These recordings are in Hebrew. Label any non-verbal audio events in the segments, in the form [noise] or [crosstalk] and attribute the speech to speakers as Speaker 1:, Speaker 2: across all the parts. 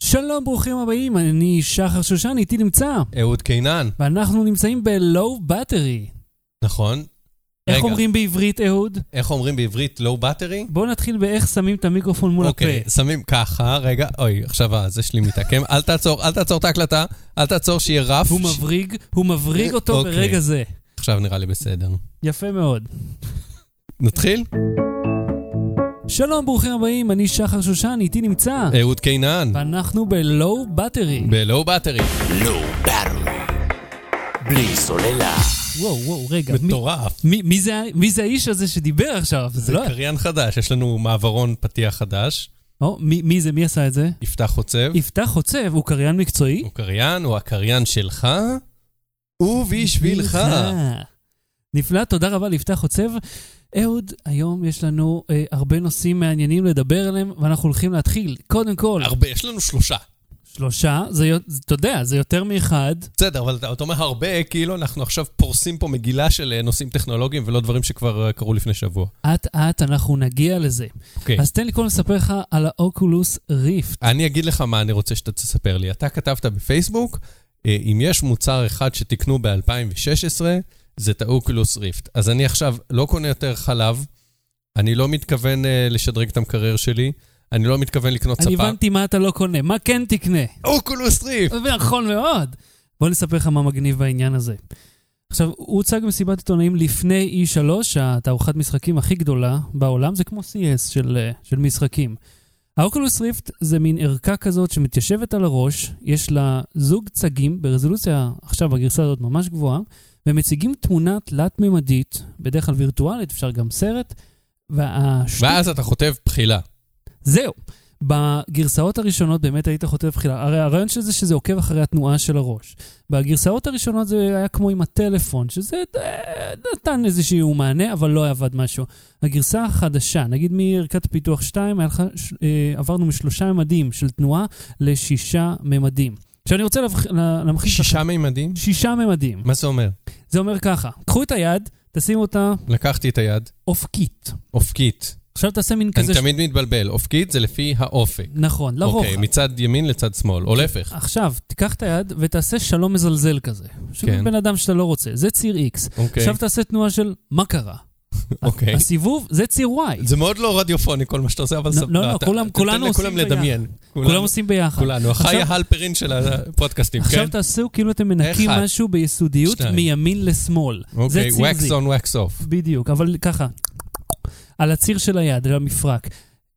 Speaker 1: שלום, ברוכים הבאים, אני שחר שושן, איתי נמצא,
Speaker 2: אהוד קינן,
Speaker 1: ואנחנו נמצאים ב-Low Battery.
Speaker 2: נכון?
Speaker 1: איך
Speaker 2: רגע.
Speaker 1: אומרים בעברית, אהוד?
Speaker 2: איך אומרים בעברית low battery?
Speaker 1: בואו נתחיל באיך שמים את המיקרופון מול
Speaker 2: אוקיי,
Speaker 1: הפה.
Speaker 2: שמים ככה, רגע, אוי, עכשיו הזה שלי מתעקם, אל תעצור, אל תעצור את ההקלטה, אל תעצור שיהיה רף.
Speaker 1: הוא
Speaker 2: ש-
Speaker 1: מבריג, הוא מבריג אותו
Speaker 2: אוקיי.
Speaker 1: ברגע זה.
Speaker 2: עכשיו נראה לי בסדר.
Speaker 1: יפה מאוד.
Speaker 2: נתחיל?
Speaker 1: שלום, ברוכים הבאים, אני שחר שושן, איתי נמצא,
Speaker 2: אהוד קינן,
Speaker 1: ואנחנו ב-Low Battery.
Speaker 2: ב-low battery.
Speaker 3: לא ברור. בלי סוללה.
Speaker 1: וואו, וואו, רגע, מי-
Speaker 2: מטורף.
Speaker 1: מי- מי זה ה- מי זה האיש הזה שדיבר עכשיו? זה
Speaker 2: זה
Speaker 1: לא...
Speaker 2: קריין חדש, יש לנו מעברון פתיח חדש,
Speaker 1: או, מי מי זה? מי עשה את זה?
Speaker 2: יפתח חוצב,
Speaker 1: יפתח חוצב, הוא קריין מקצועי?
Speaker 2: הוא קריין, הוא הקריין שלך, ובשבילך.
Speaker 1: נפלא, תודה רבה ליפתח חוצב. אהוד, היום יש לנו אה, הרבה נושאים מעניינים לדבר עליהם, ואנחנו הולכים להתחיל. קודם כל,
Speaker 2: הרבה, יש לנו שלושה.
Speaker 1: שלושה, זה, יו- זה- אתה יודע, זה יותר מאחד.
Speaker 2: בסדר, אבל אתה אתה אומר הרבה, כאילו אנחנו עכשיו פורסים פה מגילה של אה, נושאים טכנולוגיים ולא דברים שכבר אה, קרו לפני שבוע.
Speaker 1: אט-אט אנחנו נגיע לזה.
Speaker 2: אוקיי.
Speaker 1: אז תן לי קודם לספר לך על האוקולוס ריפט.
Speaker 2: אני אגיד לך מה אני רוצה שאתה תספר לי. אתה כתבת בפייסבוק, אה, אם יש מוצר אחד שתקנו ב-2016, זה את האוקולוס ריפט. אז אני עכשיו לא קונה יותר חלב, אני לא מתכוון אה, לשדרג את המקרר שלי, אני לא מתכוון לקנות
Speaker 1: אני
Speaker 2: ספה.
Speaker 1: הבנתי מה אתה לא קונה, מה כן תקנה.
Speaker 2: אוקולוס ריפט!
Speaker 1: נכון מאוד. בוא נספר לך מה מגניב בעניין הזה. עכשיו, הוא הוצג במסיבת עיתונאים לפני E3, התערוכת משחקים הכי גדולה בעולם, זה כמו CS של, אה, של משחקים. האוקולוס ריפט זה מין ערכה כזאת שמתיישבת על הראש, יש לה זוג צגים ברזולוציה, עכשיו בגרסה הזאת ממש גבוהה, ומציגים תמונה תלת-ממדית, בדרך כלל וירטואלית, אפשר גם סרט, והשטות
Speaker 2: ואז אתה חוטב בחילה.
Speaker 1: זהו. בגרסאות הראשונות באמת היית חוטף בחילה. הרי הרעיון של זה שזה עוקב אחרי התנועה של הראש. בגרסאות הראשונות זה היה כמו עם הטלפון, שזה אה, נתן איזשהו מענה, אבל לא עבד משהו. הגרסה החדשה, נגיד מערכת פיתוח 2, היה לך, ש- אה, עברנו משלושה ממדים של תנועה לשישה ממדים. עכשיו אני רוצה להבח- לה- להמחיש לכם.
Speaker 2: שישה מימדים?
Speaker 1: שישה ממדים.
Speaker 2: מה זה אומר?
Speaker 1: זה אומר ככה, קחו את היד, תשימו אותה
Speaker 2: לקחתי את היד,
Speaker 1: אופקית.
Speaker 2: אופקית.
Speaker 1: עכשיו תעשה מין
Speaker 2: אני
Speaker 1: כזה... ש-
Speaker 2: תמיד מתבלבל, אופקית זה לפי האופק.
Speaker 1: נכון, לרוחב.
Speaker 2: אוקיי, מצד ימין לצד שמאל, או להפך.
Speaker 1: עכשיו, תיקח את היד ותעשה שלום מזלזל כזה. של
Speaker 2: כן.
Speaker 1: בן אדם שאתה לא רוצה, זה ציר X.
Speaker 2: אוקיי,
Speaker 1: עכשיו תעשה תנועה של מה קרה.
Speaker 2: אוקיי.
Speaker 1: הסיבוב זה ציר Y.
Speaker 2: זה מאוד לא רדיופוני כל מה שאתה עושה, אבל
Speaker 1: לא,
Speaker 2: סבבה.
Speaker 1: לא, לא,
Speaker 2: אתה-
Speaker 1: כולם-
Speaker 2: תתן
Speaker 1: כולנו
Speaker 2: לכולם
Speaker 1: עושים ביחד.
Speaker 2: לדמיין.
Speaker 1: כולם עושים ביחד.
Speaker 2: כולנו, החי
Speaker 1: עכשיו-
Speaker 2: ההלפרין של הפודקאסטים, כן?
Speaker 1: עכשיו תעשו כאילו אתם מנקים
Speaker 2: אחד.
Speaker 1: משהו ביסודיות
Speaker 2: שניים.
Speaker 1: מימין לשמאל. זה
Speaker 2: אוקיי,
Speaker 1: ציר Z.
Speaker 2: wax on, wax off.
Speaker 1: בדיוק, אבל ככה, על הציר של היד, על המפרק.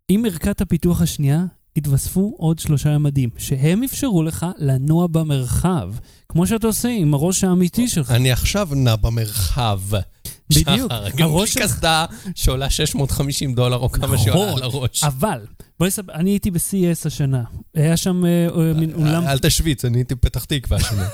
Speaker 1: עם ערכת הפיתוח השנייה, התווספו עוד שלושה ימדים, שהם אפשרו לך לנוע במרחב, כמו שאתה עושה עם הראש האמיתי שלך.
Speaker 2: אני עכשיו נע במרחב.
Speaker 1: בדיוק,
Speaker 2: [laughs] שחר, גם
Speaker 1: הראש
Speaker 2: בלי קסדה שעולה 650 דולר או כמה שעולה
Speaker 1: נכון,
Speaker 2: על הראש.
Speaker 1: אבל, בואי נספר, אני הייתי ב-CES השנה. היה שם אה, אה, מין אולם,
Speaker 2: אל תשוויץ, אני הייתי בפתח תקווה השנה.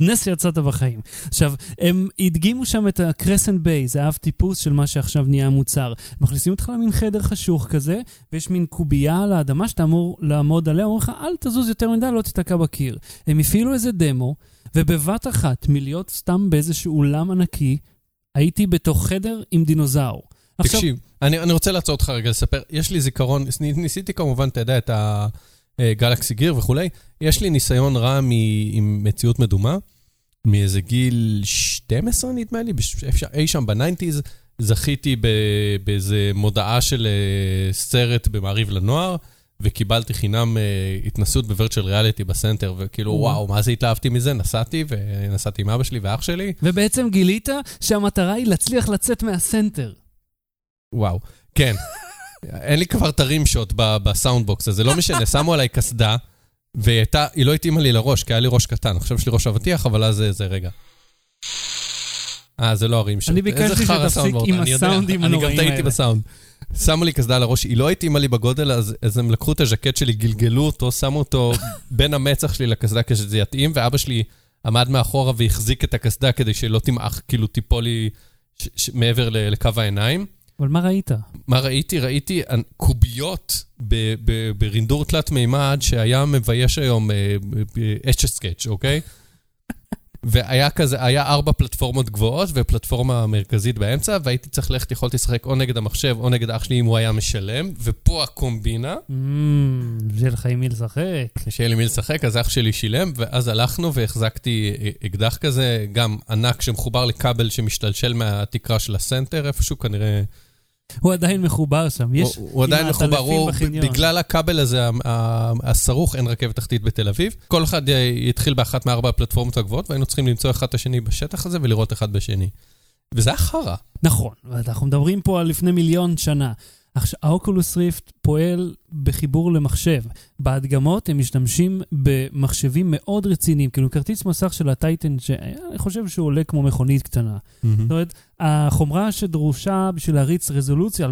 Speaker 1: נס שיצאת בחיים. עכשיו, הם הדגימו שם את הקרסנט ביי, זה האב טיפוס של מה שעכשיו נהיה המוצר. מכניסים אותך למין חדר חשוך כזה, ויש מין קובייה על האדמה שאתה אמור לעמוד עליה, אומרים לך, אל תזוז יותר מדי, לא תיתקע בקיר. הם הפעילו איזה דמו, ובבת אחת, מלהיות סתם באיזשהו אולם ענקי, הייתי בתוך חדר עם דינוזאור. עכשיו,
Speaker 2: תקשיב, אני אני רוצה לעצור אותך רגע לספר, יש לי זיכרון, ניס- ניסיתי כמובן, אתה יודע, את הגלקסי גיר וכולי, יש לי ניסיון רע מ- עם מציאות מדומה, מאיזה גיל 12 נדמה לי, בש- אפשר- אי שם בניינטיז, זכיתי ב- באיזה מודעה של אה, סרט במעריב לנוער. וקיבלתי חינם אה, התנסות בווירטואל ריאליטי בסנטר, וכאילו,
Speaker 1: וואו.
Speaker 2: וואו, מה זה התלהבתי מזה? נסעתי, ונסעתי עם אבא שלי ואח שלי,
Speaker 1: ובעצם גילית שהמטרה היא להצליח לצאת מהסנטר.
Speaker 2: וואו, כן. אין לי כבר את הרימשוט ב- בסאונדבוקס הזה, לא משנה, שמו עליי קסדה, והיא הייתה- היא לא התאימה לי לראש, כי היה לי ראש קטן. עכשיו יש לי ראש אבטיח, אבל אז זה- זה רגע. אה, זה לא הרימשוט.
Speaker 1: אני ביקשתי
Speaker 2: איזה חרא
Speaker 1: שתפסיק
Speaker 2: סאונדבורט,
Speaker 1: עם
Speaker 2: אני יודע,
Speaker 1: הסאונדים
Speaker 2: אני
Speaker 1: הנוראים
Speaker 2: גם טעיתי
Speaker 1: האלה.
Speaker 2: בסאונד. שמו לי קסדה על הראש, היא לא התאימה לי בגודל, אז אז הם לקחו את הז'קט שלי, גלגלו אותו, שמו אותו [laughs] בין המצח שלי לקסדה כדי שזה יתאים, ואבא שלי עמד מאחורה והחזיק את הקסדה כדי שלא תמעך, כאילו תיפול לי ש- ש- מעבר ל- לקו העיניים.
Speaker 1: אבל מה ראית? Mm,
Speaker 2: מה ראיתי? ראיתי אנ- קוביות ב- ב- ברינדור אה, תלת מימד שהיה מבייש היום אה, ב- ב- אשת סקאץ', אוקיי? והיה כזה, היה ארבע פלטפורמות גבוהות ופלטפורמה מרכזית באמצע, והייתי צריך ללכת, יכולתי לשחק או נגד המחשב או נגד אח שלי אם הוא היה משלם, ופה הקומבינה,
Speaker 1: אמ, שיהיה לך עם מי לשחק.
Speaker 2: שיהיה לי מי לשחק, אז אח שלי שילם, ואז הלכנו והחזקתי אה, אקדח כזה, גם ענק שמחובר לכבל שמשתלשל מהתקרה של הסנטר איפשהו, כנראה...
Speaker 1: הוא עדיין מחובר שם. יש
Speaker 2: הוא, הוא עדיין
Speaker 1: כמעט
Speaker 2: מחובר,
Speaker 1: אלפים
Speaker 2: הוא,
Speaker 1: בחניון.
Speaker 2: בגלל הכבל הזה ה- ה- הסרוך, אין רכבת תחתית בתל אביב. כל אחד אה, התחיל באחת מארבע הפלטפורמות הגבוהות, והיינו צריכים למצוא אחד את השני בשטח הזה ולראות אחד בשני. וזה היה חרא.
Speaker 1: נכון, אנחנו מדברים פה על לפני מיליון שנה. עכשיו, האוקולוס ריפט פועל בחיבור למחשב. בהדגמות הם משתמשים במחשבים מאוד רציניים, כאילו כרטיס מסך של הטייטן, שאני חושב שהוא עולה כמו מכונית קטנה. זאת אומרת, החומרה שדרושה בשביל להריץ רזולוציה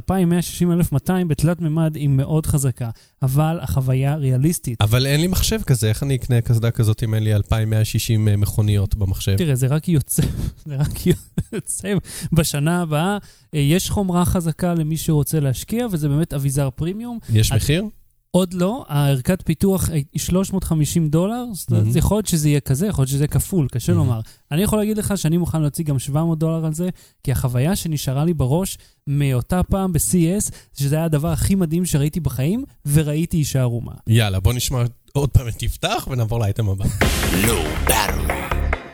Speaker 1: 2160-1200 בתלת מימד היא מאוד חזקה, אבל החוויה ריאליסטית.
Speaker 2: אבל אין לי מחשב כזה, איך אני אקנה קסדה כזאת אם אין לי 2,160 אה, מכוניות במחשב?
Speaker 1: תראה, זה רק יוצא, [laughs] זה רק יוצא בשנה הבאה. אה, יש חומרה חזקה למי שרוצה להשקיע, וזה באמת אביזר פרימיום.
Speaker 2: יש
Speaker 1: את-
Speaker 2: מחיר?
Speaker 1: עוד לא, הערכת פיתוח אה, היא 350 דולר, זאת אומרת,
Speaker 2: Mhm.
Speaker 1: יכול להיות שזה יהיה כזה, יכול להיות שזה יהיה כפול, קשה
Speaker 2: Mhm.
Speaker 1: לומר. אני יכול להגיד לך שאני מוכן להוציא גם 700 דולר על זה, כי החוויה שנשארה לי בראש מאותה פעם ב-CES, שזה היה הדבר הכי מדהים שראיתי בחיים, וראיתי אישה ערומה.
Speaker 2: יאללה, בוא נשמע עוד פעם את יפתח ונעבור לאייטם הבא.
Speaker 3: Low Battery.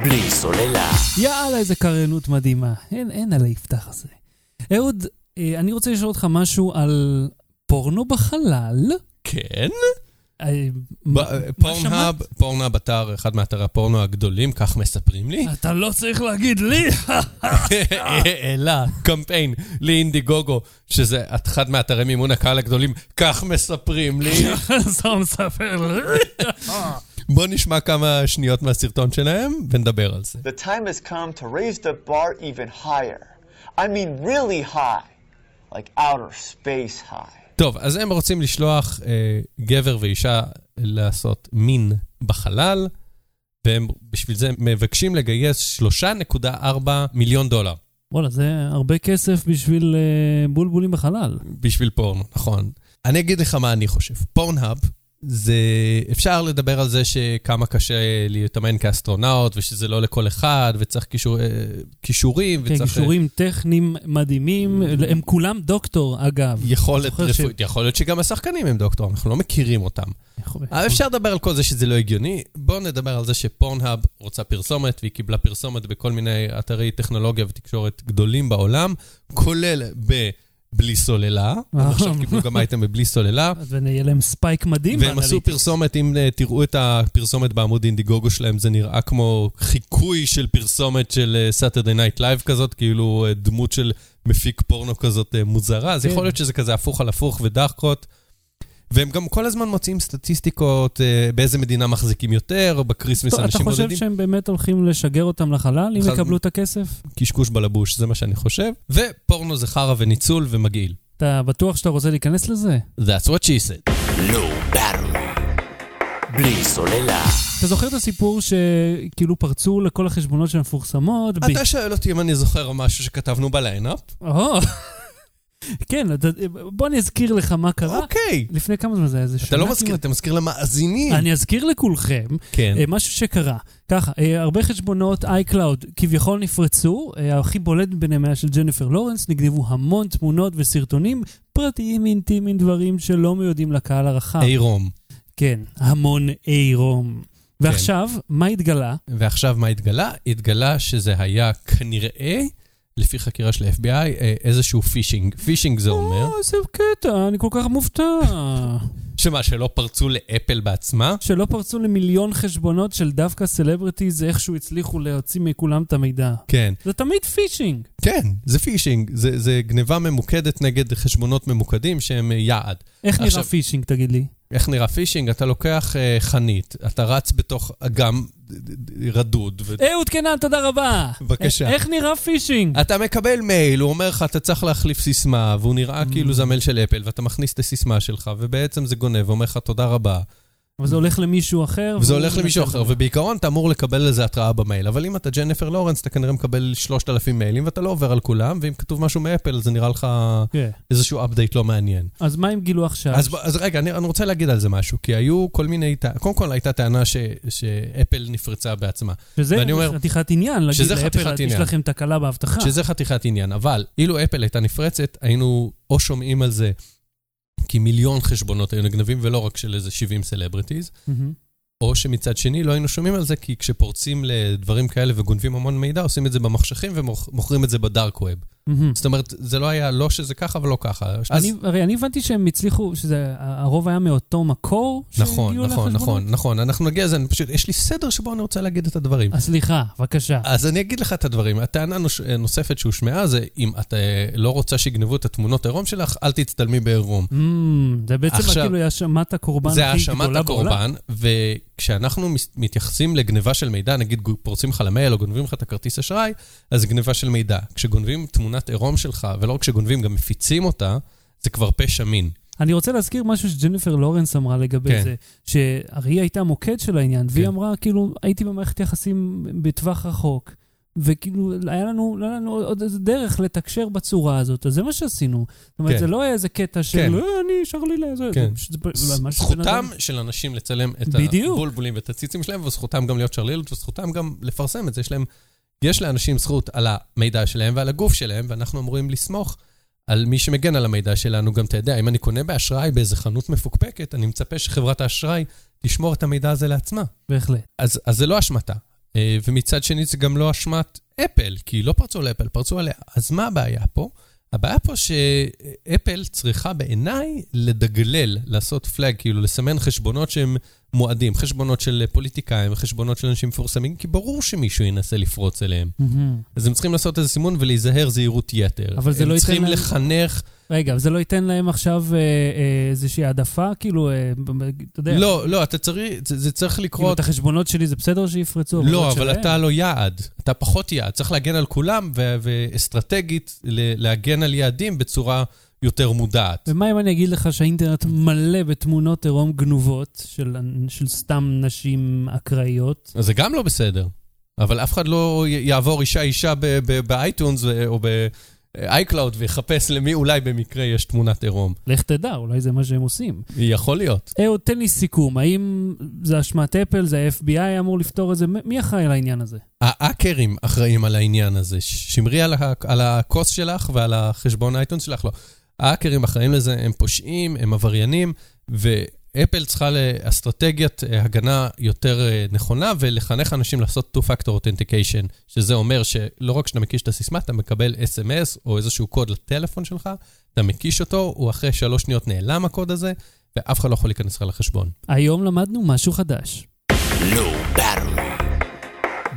Speaker 3: בלי סוללה.
Speaker 1: יאללה, איזה קריינות מדהימה. אין, אין על היפתח הזה. אהוד, אה, אני רוצה לשאול אותך משהו על פורנו בחלל.
Speaker 2: כן?
Speaker 1: אה, מה- מה
Speaker 2: פורנהאב,
Speaker 1: שמעת?
Speaker 2: פורנהאב אתר, אחד מאתרי הפורנו הגדולים, כך מספרים לי.
Speaker 1: אתה לא צריך להגיד לי! [laughs]
Speaker 2: העלה קמפיין לאינדיגוגו, שזה אחד מאתרי מימון הקהל הגדולים, כך מספרים לי.
Speaker 1: זה לא מספר לי.
Speaker 2: בוא נשמע כמה שניות מהסרטון שלהם ונדבר על זה.
Speaker 4: The time has come to raise the bar even higher. I mean, really high. Like outer space high.
Speaker 2: טוב, אז הם רוצים לשלוח אה, גבר ואישה לעשות מין בחלל, והם בשביל זה מבקשים לגייס 3.4 מיליון דולר
Speaker 1: וואלה, זה הרבה כסף בשביל אה, בולבולים בחלל.
Speaker 2: בשביל פורנו, נכון. אני אגיד לך מה אני חושב. פורנהאב זה... אפשר לדבר על זה שכמה קשה להתאמן כאסטרונאוט, ושזה לא לכל אחד, וצריך כישור, אה, כישורים,
Speaker 1: כן,
Speaker 2: וצריך... אה,
Speaker 1: גישורים טכניים מדהימים, הם כולם דוקטור, אגב.
Speaker 2: יכולת
Speaker 1: זוכר ש-
Speaker 2: רפואית, יכול להיות שגם השחקנים הם דוקטור, אנחנו לא מכירים אותם. אבל אפשר לדבר על כל זה שזה לא הגיוני. בואו נדבר על זה שפורנהאב רוצה פרסומת, והיא קיבלה פרסומת בכל מיני אתרי טכנולוגיה ותקשורת גדולים בעולם, כולל בבלי סוללה. הם עכשיו קיבלו גם אייטם בבלי סוללה.
Speaker 1: אז ונהיה להם ספייק מדהים.
Speaker 2: והם עשו
Speaker 1: באנליטיקה.
Speaker 2: פרסומת, אם אה, תראו את הפרסומת בעמוד אינדיגוגו שלהם, זה נראה כמו חיקוי של פרסומת של אה, סאטרדי נייט לייב כזאת, כאילו אה, דמות של מפיק פורנו כזאת אה, מוזרה, אז
Speaker 1: כן.
Speaker 2: יכול להיות שזה כזה הפוך על הפוך ודחקות. והם גם כל הזמן מוצאים סטטיסטיקות, אה, באיזה מדינה מחזיקים יותר, או בקריסמס
Speaker 1: טוב, אתה
Speaker 2: אנשים
Speaker 1: חושב
Speaker 2: בודדים.
Speaker 1: שהם באמת הולכים לשגר אותם לחלל אם
Speaker 2: חד-
Speaker 1: יקבלו את הכסף?
Speaker 2: קשקוש בלבוש, זה מה שאני חושב. ופורנו זה חרא וניצול ומגעיל.
Speaker 1: אתה בטוח שאתה רוצה להיכנס לזה?
Speaker 2: That's what she said.
Speaker 3: Low Battery. בלי סוללה.
Speaker 1: אתה זוכר את הסיפור שכאילו פרצו לכל החשבונות שמפורסמות? ב-
Speaker 2: אתה שואל אותי אם אני זוכר משהו שכתבנו בליינאפ?
Speaker 1: או. כן, אתה- בוא אני אזכיר לך מה קרה.
Speaker 2: אוקיי.
Speaker 1: לפני כמה זמן זה היה איזה שנה.
Speaker 2: אתה לא
Speaker 1: כמעט.
Speaker 2: מזכיר, אתה מזכיר למאזינים.
Speaker 1: אני אזכיר לכולכם
Speaker 2: כן.
Speaker 1: אה, משהו שקרה. ככה, אה, הרבה חשבונות iCloud כביכול נפרצו, אה, הכי בולט ביניהם היה של ג'ניפר לורנס, נגנבו המון תמונות וסרטונים פרטיים, אינטימיים, דברים שלא מיועדים לקהל הרחב.
Speaker 2: עירום.
Speaker 1: כן, המון עירום.
Speaker 2: כן.
Speaker 1: ועכשיו, מה התגלה?
Speaker 2: ועכשיו מה התגלה? התגלה שזה היה כנראה, לפי חקירה של ה-FBI, אה, איזשהו פישינג. פישינג זה אומר,
Speaker 1: או, איזה אה, קטע, אני כל כך מופתע.
Speaker 2: שמה, שלא פרצו לאפל בעצמה?
Speaker 1: שלא פרצו למיליון חשבונות של דווקא סלבריטיז, איכשהו הצליחו להוציא מכולם את המידע.
Speaker 2: כן.
Speaker 1: זה תמיד פישינג.
Speaker 2: כן, זה פישינג. זה, זה גניבה ממוקדת נגד חשבונות ממוקדים שהם אה, יעד.
Speaker 1: איך נראה
Speaker 2: עכשיו-
Speaker 1: פישינג, תגיד לי?
Speaker 2: איך נראה פישינג? אתה לוקח אה, חנית, אתה רץ בתוך אגם אה, אה, רדוד, ו...
Speaker 1: אהוד קנן, תודה רבה. אה,
Speaker 2: בבקשה.
Speaker 1: איך נראה פישינג?
Speaker 2: אתה מקבל מייל, הוא אומר לך, אתה צריך להחליף סיסמה, והוא נראה כאילו זה המייל של אפל, ואתה מכניס את הסיסמה שלך, ובעצם זה גונב, ואומר לך, תודה רבה.
Speaker 1: אבל זה הולך למישהו אחר.
Speaker 2: וזה
Speaker 1: והוא
Speaker 2: הולך למישהו
Speaker 1: מנצל
Speaker 2: אחר,
Speaker 1: את זה.
Speaker 2: ובעיקרון אתה אמור לקבל לזה התראה במייל, אבל אם אתה ג'נפר לורנס, אתה כנראה מקבל 3,000 מיילים ואתה לא עובר על כולם, ואם כתוב משהו מאפל, אז זה נראה לך
Speaker 1: כן.
Speaker 2: איזשהו update לא מעניין.
Speaker 1: אז מה אם גילו עכשיו?
Speaker 2: אז, ב- אז רגע, אני, אני רוצה להגיד על זה משהו, כי היו כל מיני, טע- קודם כל הייתה טענה ש, שאפל נפרצה בעצמה,
Speaker 1: שזה
Speaker 2: ואני אומר-
Speaker 1: חתיכת עניין, להגיד
Speaker 2: שזה
Speaker 1: לאפל,
Speaker 2: חתיכת
Speaker 1: יש
Speaker 2: עניין.
Speaker 1: לכם תקלה באבטחה.
Speaker 2: שזה חתיכת עניין, אבל אילו אפל הייתה נפרצת, היינו או שומעים על זה כי מיליון חשבונות היו נגנבים, ולא רק של איזה 70 סלבריטיז,
Speaker 1: מהמם.
Speaker 2: או שמצד שני לא היינו שומעים על זה, כי כשפורצים לדברים כאלה וגונבים המון מידע, עושים את זה במחשכים ומוכרים את זה בדארק ווב.
Speaker 1: מהמם.
Speaker 2: זאת אומרת, זה לא היה לא שזה ככה ולא ככה. אז...
Speaker 1: אני, הרי אני הבנתי שהם הצליחו, שזה, הרוב היה מאותו מקור
Speaker 2: נכון,
Speaker 1: שהגיעו
Speaker 2: נכון,
Speaker 1: לחשבונות.
Speaker 2: נכון, נכון. אנחנו נגיע לזה, אני פשוט, יש לי סדר שבו אני רוצה להגיד את הדברים.
Speaker 1: אז סליחה, בבקשה.
Speaker 2: אז אני אגיד לך את הדברים. הטענה נוש- נוספת שהושמעה זה, אם את אה, לא רוצה שיגנבו את התמונות עירום שלך, אל תצטלמי בעירום.
Speaker 1: אמ, זה בעצם
Speaker 2: עכשיו-
Speaker 1: כאילו האשמת הקורבן
Speaker 2: זה
Speaker 1: הכי גדולה
Speaker 2: האשמת
Speaker 1: בעולם.
Speaker 2: הקורבן, וכשאנחנו מס- מתייחסים לגניבה של מידע, נגיד גו- פורצים לך למייל או גונבים לך את הכרטיס אשראי, אז זה גניבה של מידע. כשגונבים תמונת עירום שלך, ולא רק שגונבים, גם מפיצים אותה, זה כבר פשע מין.
Speaker 1: אני רוצה להזכיר משהו שג'ניפר לורנס אמרה לגבי
Speaker 2: כן.
Speaker 1: זה, שהרי היא הייתה מוקד של העניין, והיא
Speaker 2: כן.
Speaker 1: אמרה, כאילו, הייתי במערכת יחסים בטווח רחוק, וכאילו, היה לנו, לא היה לנו עוד איזה דרך לתקשר בצורה הזאת, אז זה מה שעשינו. זאת אומרת,
Speaker 2: כן.
Speaker 1: זה לא היה איזה קטע של,
Speaker 2: כן.
Speaker 1: אה, אני, שר לי לזה, זה
Speaker 2: כן.
Speaker 1: פשוט- זה
Speaker 2: ז-
Speaker 1: ממש בן
Speaker 2: זכותם
Speaker 1: אדם.
Speaker 2: של אנשים לצלם את
Speaker 1: בדיוק.
Speaker 2: הבולבולים ואת הציצים שלהם, וזכותם גם להיות שרלילות, וזכותם גם לפרסם את זה. יש להם, יש לאנשים זכות על המידע שלהם ועל הגוף שלהם, ואנחנו אמורים לסמוך על מי שמגן על המידע שלנו. גם, אתה יודע, אם אני קונה באשראי באיזה חנות מפוקפקת, אני מצפה שחברת האשראי תשמור את המידע הזה לעצמה.
Speaker 1: בהחלט.
Speaker 2: אז, אז זה לא אשמתה. אה, ומצד שני, זה גם לא אשמת אפל, כי לא פרצו לאפל, פרצו עליה. אז מה הבעיה פה? הבעיה פה שאפל צריכה בעיניי לדגלל, לעשות פלאג, כאילו לסמן חשבונות שהם מועדים, חשבונות של פוליטיקאים, חשבונות של אנשים מפורסמים, כי ברור שמישהו ינסה לפרוץ אליהם.
Speaker 1: מהמם.
Speaker 2: אז הם צריכים לעשות איזה סימון ולהיזהר זהירות יתר.
Speaker 1: Mm-hmm. אבל זה לא
Speaker 2: הם
Speaker 1: ייתן
Speaker 2: צריכים
Speaker 1: להם-
Speaker 2: לחנך...
Speaker 1: רגע, אבל זה לא ייתן להם עכשיו אה, אה, איזושהי העדפה? כאילו, אה, ב- ב- אתה יודע,
Speaker 2: לא, לא, אתה צריך... זה, זה צריך
Speaker 1: כאילו,
Speaker 2: לקרות...
Speaker 1: את החשבונות שלי זה בסדר שיפרצו?
Speaker 2: לא,
Speaker 1: זה
Speaker 2: אבל
Speaker 1: שלהם.
Speaker 2: אתה לא יעד, אתה פחות יעד. צריך להגן על כולם, ו- ואסטרטגית ל- להגן על יעדים בצורה יותר מודעת.
Speaker 1: ומה אם אני אגיד לך שהאינטרנט מלא בתמונות עירום גנובות של, של סתם נשים אקראיות?
Speaker 2: אז זה גם לא בסדר. אבל אף אחד לא י- יעבור אישה-אישה ב- ב- באייטונס ו- או ב-iCloud ויחפש למי אולי במקרה יש תמונת עירום.
Speaker 1: לך תדע, אולי זה מה שהם עושים.
Speaker 2: יכול להיות.
Speaker 1: אהוד, תן לי סיכום, האם זה אשמת אפל, זה ה-FBI אמור לפתור את זה? מ- מי אחראי לעניין הזה?
Speaker 2: האקרים אחראים על העניין הזה. ש- שמרי על, ה- על הכוס שלך ועל החשבון האייטונס שלך, לא. האקרים אחראים לזה, הם פושעים, הם עבריינים, ואפל צריכה לאסטרטגיית אה, הגנה יותר אה, נכונה ולחנך אנשים לעשות two-factor authentication, שזה אומר שלא רק שאתה מקיש את הסיסמה, אתה מקבל אס.אם.אס או איזשהו קוד לטלפון שלך, אתה מקיש אותו, הוא אחרי שלוש שניות נעלם הקוד הזה, ואף אחד לא יכול להיכנס לך לחשבון.
Speaker 1: היום למדנו משהו חדש.
Speaker 3: לא ברור.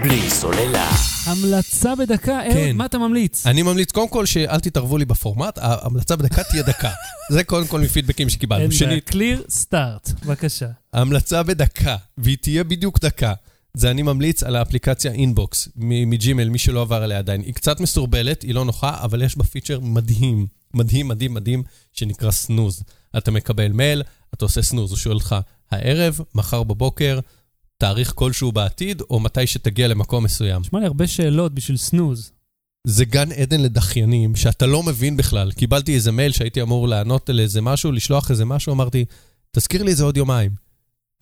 Speaker 3: בלי סוללה.
Speaker 1: המלצה בדקה, אהוד,
Speaker 2: כן.
Speaker 1: מה אתה ממליץ?
Speaker 2: אני ממליץ קודם כל שאל תתערבו לי בפורמט, ההמלצה בדקה תהיה דקה. זה קודם כל מפידבקים
Speaker 1: אין
Speaker 2: שקיבלנו.
Speaker 1: בעיה,
Speaker 2: שנית,
Speaker 1: clear start, בבקשה.
Speaker 2: ההמלצה בדקה, והיא תהיה בדיוק דקה. זה אני ממליץ על האפליקציה אינבוקס מ- מג'ימל, מי שלא עבר עליה עדיין. היא קצת מסורבלת, היא לא נוחה, אבל יש בה פיצ'ר מדהים, מדהים, מדהים, מדהים, שנקרא סנוז. אתה מקבל מייל, אתה עושה סנוז, הוא שואל אותך, הערב, מחר בבוקר, תאריך כלשהו בעתיד, או מתי שתגיע למקום מסוים.
Speaker 1: נשמע לי הרבה שאלות בשביל סנוז.
Speaker 2: זה גן עדן לדחיינים, שאתה לא מבין בכלל. קיבלתי איזה מייל שהייתי אמור לענות על איזה משהו, לשלוח איזה משהו, אמרתי, תזכיר לי את זה עוד יומיים.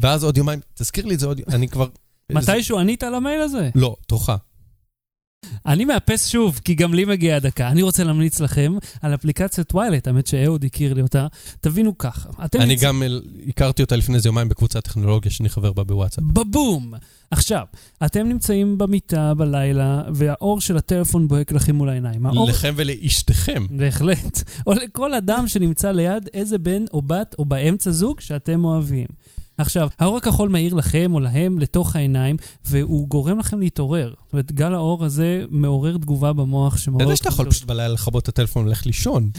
Speaker 2: ואז עוד יומיים, תזכיר לי את זה עוד יומיים, אני כבר... זה...
Speaker 1: מתישהו ענית על המייל הזה?
Speaker 2: לא, תורך.
Speaker 1: אני מאפס שוב, כי גם לי מגיעה הדקה. אני רוצה להמליץ לכם על אפליקציית ווילט, האמת שאהוד הכיר לי אותה. תבינו ככה, אתם
Speaker 2: אני
Speaker 1: נמצאים-
Speaker 2: גם אל- הכרתי אותה לפני איזה יומיים בקבוצת טכנולוגיה שאני חבר בה בוואטסאפ.
Speaker 1: בבום! עכשיו, אתם נמצאים במיטה בלילה, והאור של הטלפון בוהק לכם מול העיניים. האור...
Speaker 2: לכם ולאשתכם.
Speaker 1: אוקיי. בהחלט. או לכל אדם שנמצא ליד איזה בן או בת או באמצע זוג שאתם אוהבים. עכשיו, האור הכחול מאיר לכם או להם לתוך העיניים, והוא גורם לכם להתעורר. זאת אומרת, גל האור הזה מעורר תגובה במוח
Speaker 2: אתה
Speaker 1: שמעורר...
Speaker 2: יודע שאתה יכול
Speaker 1: תגובות.
Speaker 2: פשוט בלילה לכבות את הטלפון וללכת לישון.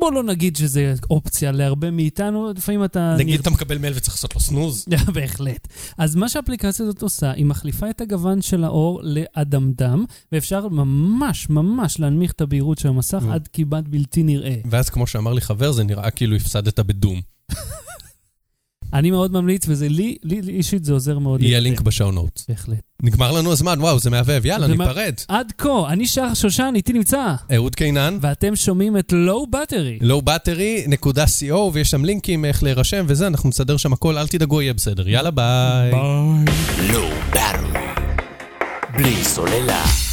Speaker 1: בוא לא נגיד שזה אופציה להרבה מאיתנו, לפעמים אתה...
Speaker 2: נגיד אתה מקבל מייל וצריך לעשות לו סנוז.
Speaker 1: [laughs] בהחלט. אז מה שהאפליקציה הזאת עושה, היא מחליפה את הגוון של האור לאדמדם, ואפשר ממש ממש להנמיך את הבהירות של המסך
Speaker 2: Mm.
Speaker 1: עד כמעט בלתי נראה.
Speaker 2: ואז כמו שאמר לי חבר, זה נראה כאילו הפסדת בדום.
Speaker 1: אני מאוד ממליץ, וזה לי, לי, לי אישית זה עוזר מאוד.
Speaker 2: יהיה
Speaker 1: להתקדם.
Speaker 2: לינק בשואו נוטס.
Speaker 1: בהחלט.
Speaker 2: נגמר לנו הזמן, וואו, זה מהבהב, יאללה,
Speaker 1: ומה-
Speaker 2: ניפרד.
Speaker 1: עד כה, אני שחר שושן, איתי נמצא,
Speaker 2: אהוד קינן,
Speaker 1: ואתם שומעים את לואו בטרי.
Speaker 2: lowbattery.co, ויש שם לינקים איך להירשם וזה, אנחנו נסדר שם הכל, אל תדאגו, יהיה בסדר. יאללה, ביי.
Speaker 1: ביי.
Speaker 3: Low Battery. בלי סוללה.